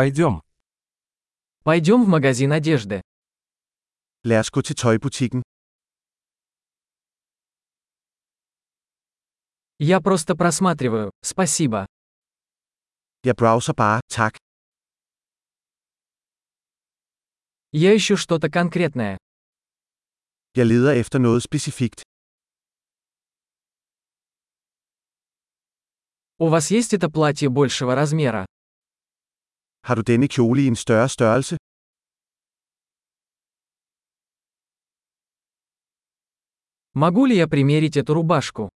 Пойдем. Пойдем в магазин одежды. Lad os gå til tøjbutikken. Я просто просматриваю, спасибо. Jeg browser bare, tak. Я ищу что-то конкретное. Jeg leder efter noget specifikt. У вас есть это платье большего размера? Har du denne kjole i en større størrelse? Могу ли я примерить эту рубашку?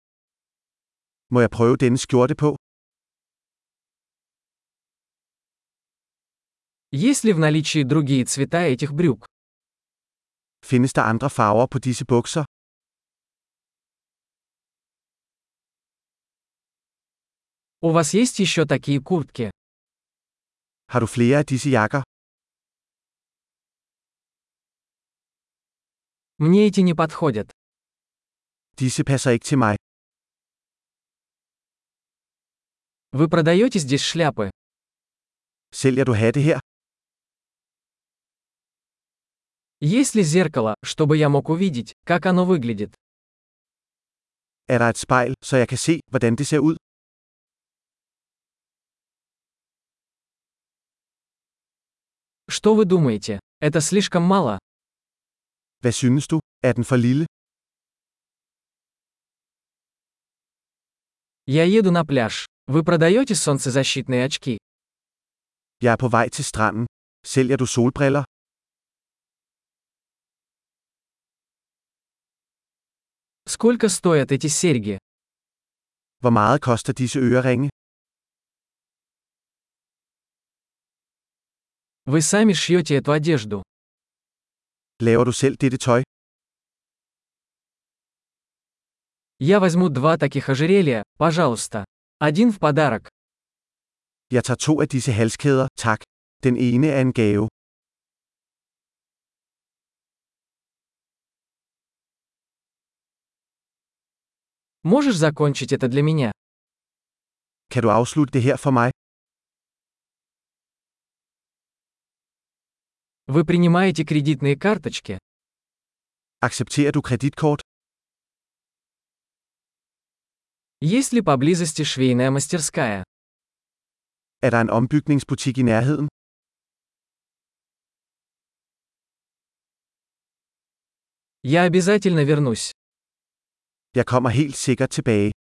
Må jeg prøve denne skjorte på? Есть ли в наличии другие цвета этих брюк? Findes der andre farver på disse bukser? У вас есть еще такие куртки? Har du flere af disse jakker? Мне эти не подходят. Disse passer ikke til mig. Вы продаете здесь шляпы? Sælger du hatte her? Есть ли зеркало, чтобы я мог увидеть, как оно выглядит? Er der et spejl, så jeg kan se, hvordan det ser ud? Что вы думаете? Это слишком мало? Hvad synes du? Er den for lille? Я еду на пляж. Вы продаете солнцезащитные очки? Jeg er på vej til stranden. Sælger du solbriller? Сколько стоят эти серьги? Hvor meget koster disse øreringe? Вы сами шьете эту одежду. Laver du selv dette tøj? Я возьму два таких ожерелья, пожалуйста. Один в подарок. Jeg tager to af disse halskæder, tak. Den ene er en gave. Можешь закончить это для меня? Kan du afslutte det her for mig? Вы принимаете кредитные карточки? Accepterer du kreditkort? Есть ли поблизости швейная мастерская? Er der en ombygningsbutik i nærheden? Я обязательно вернусь. Jeg kommer helt sikkert tilbage.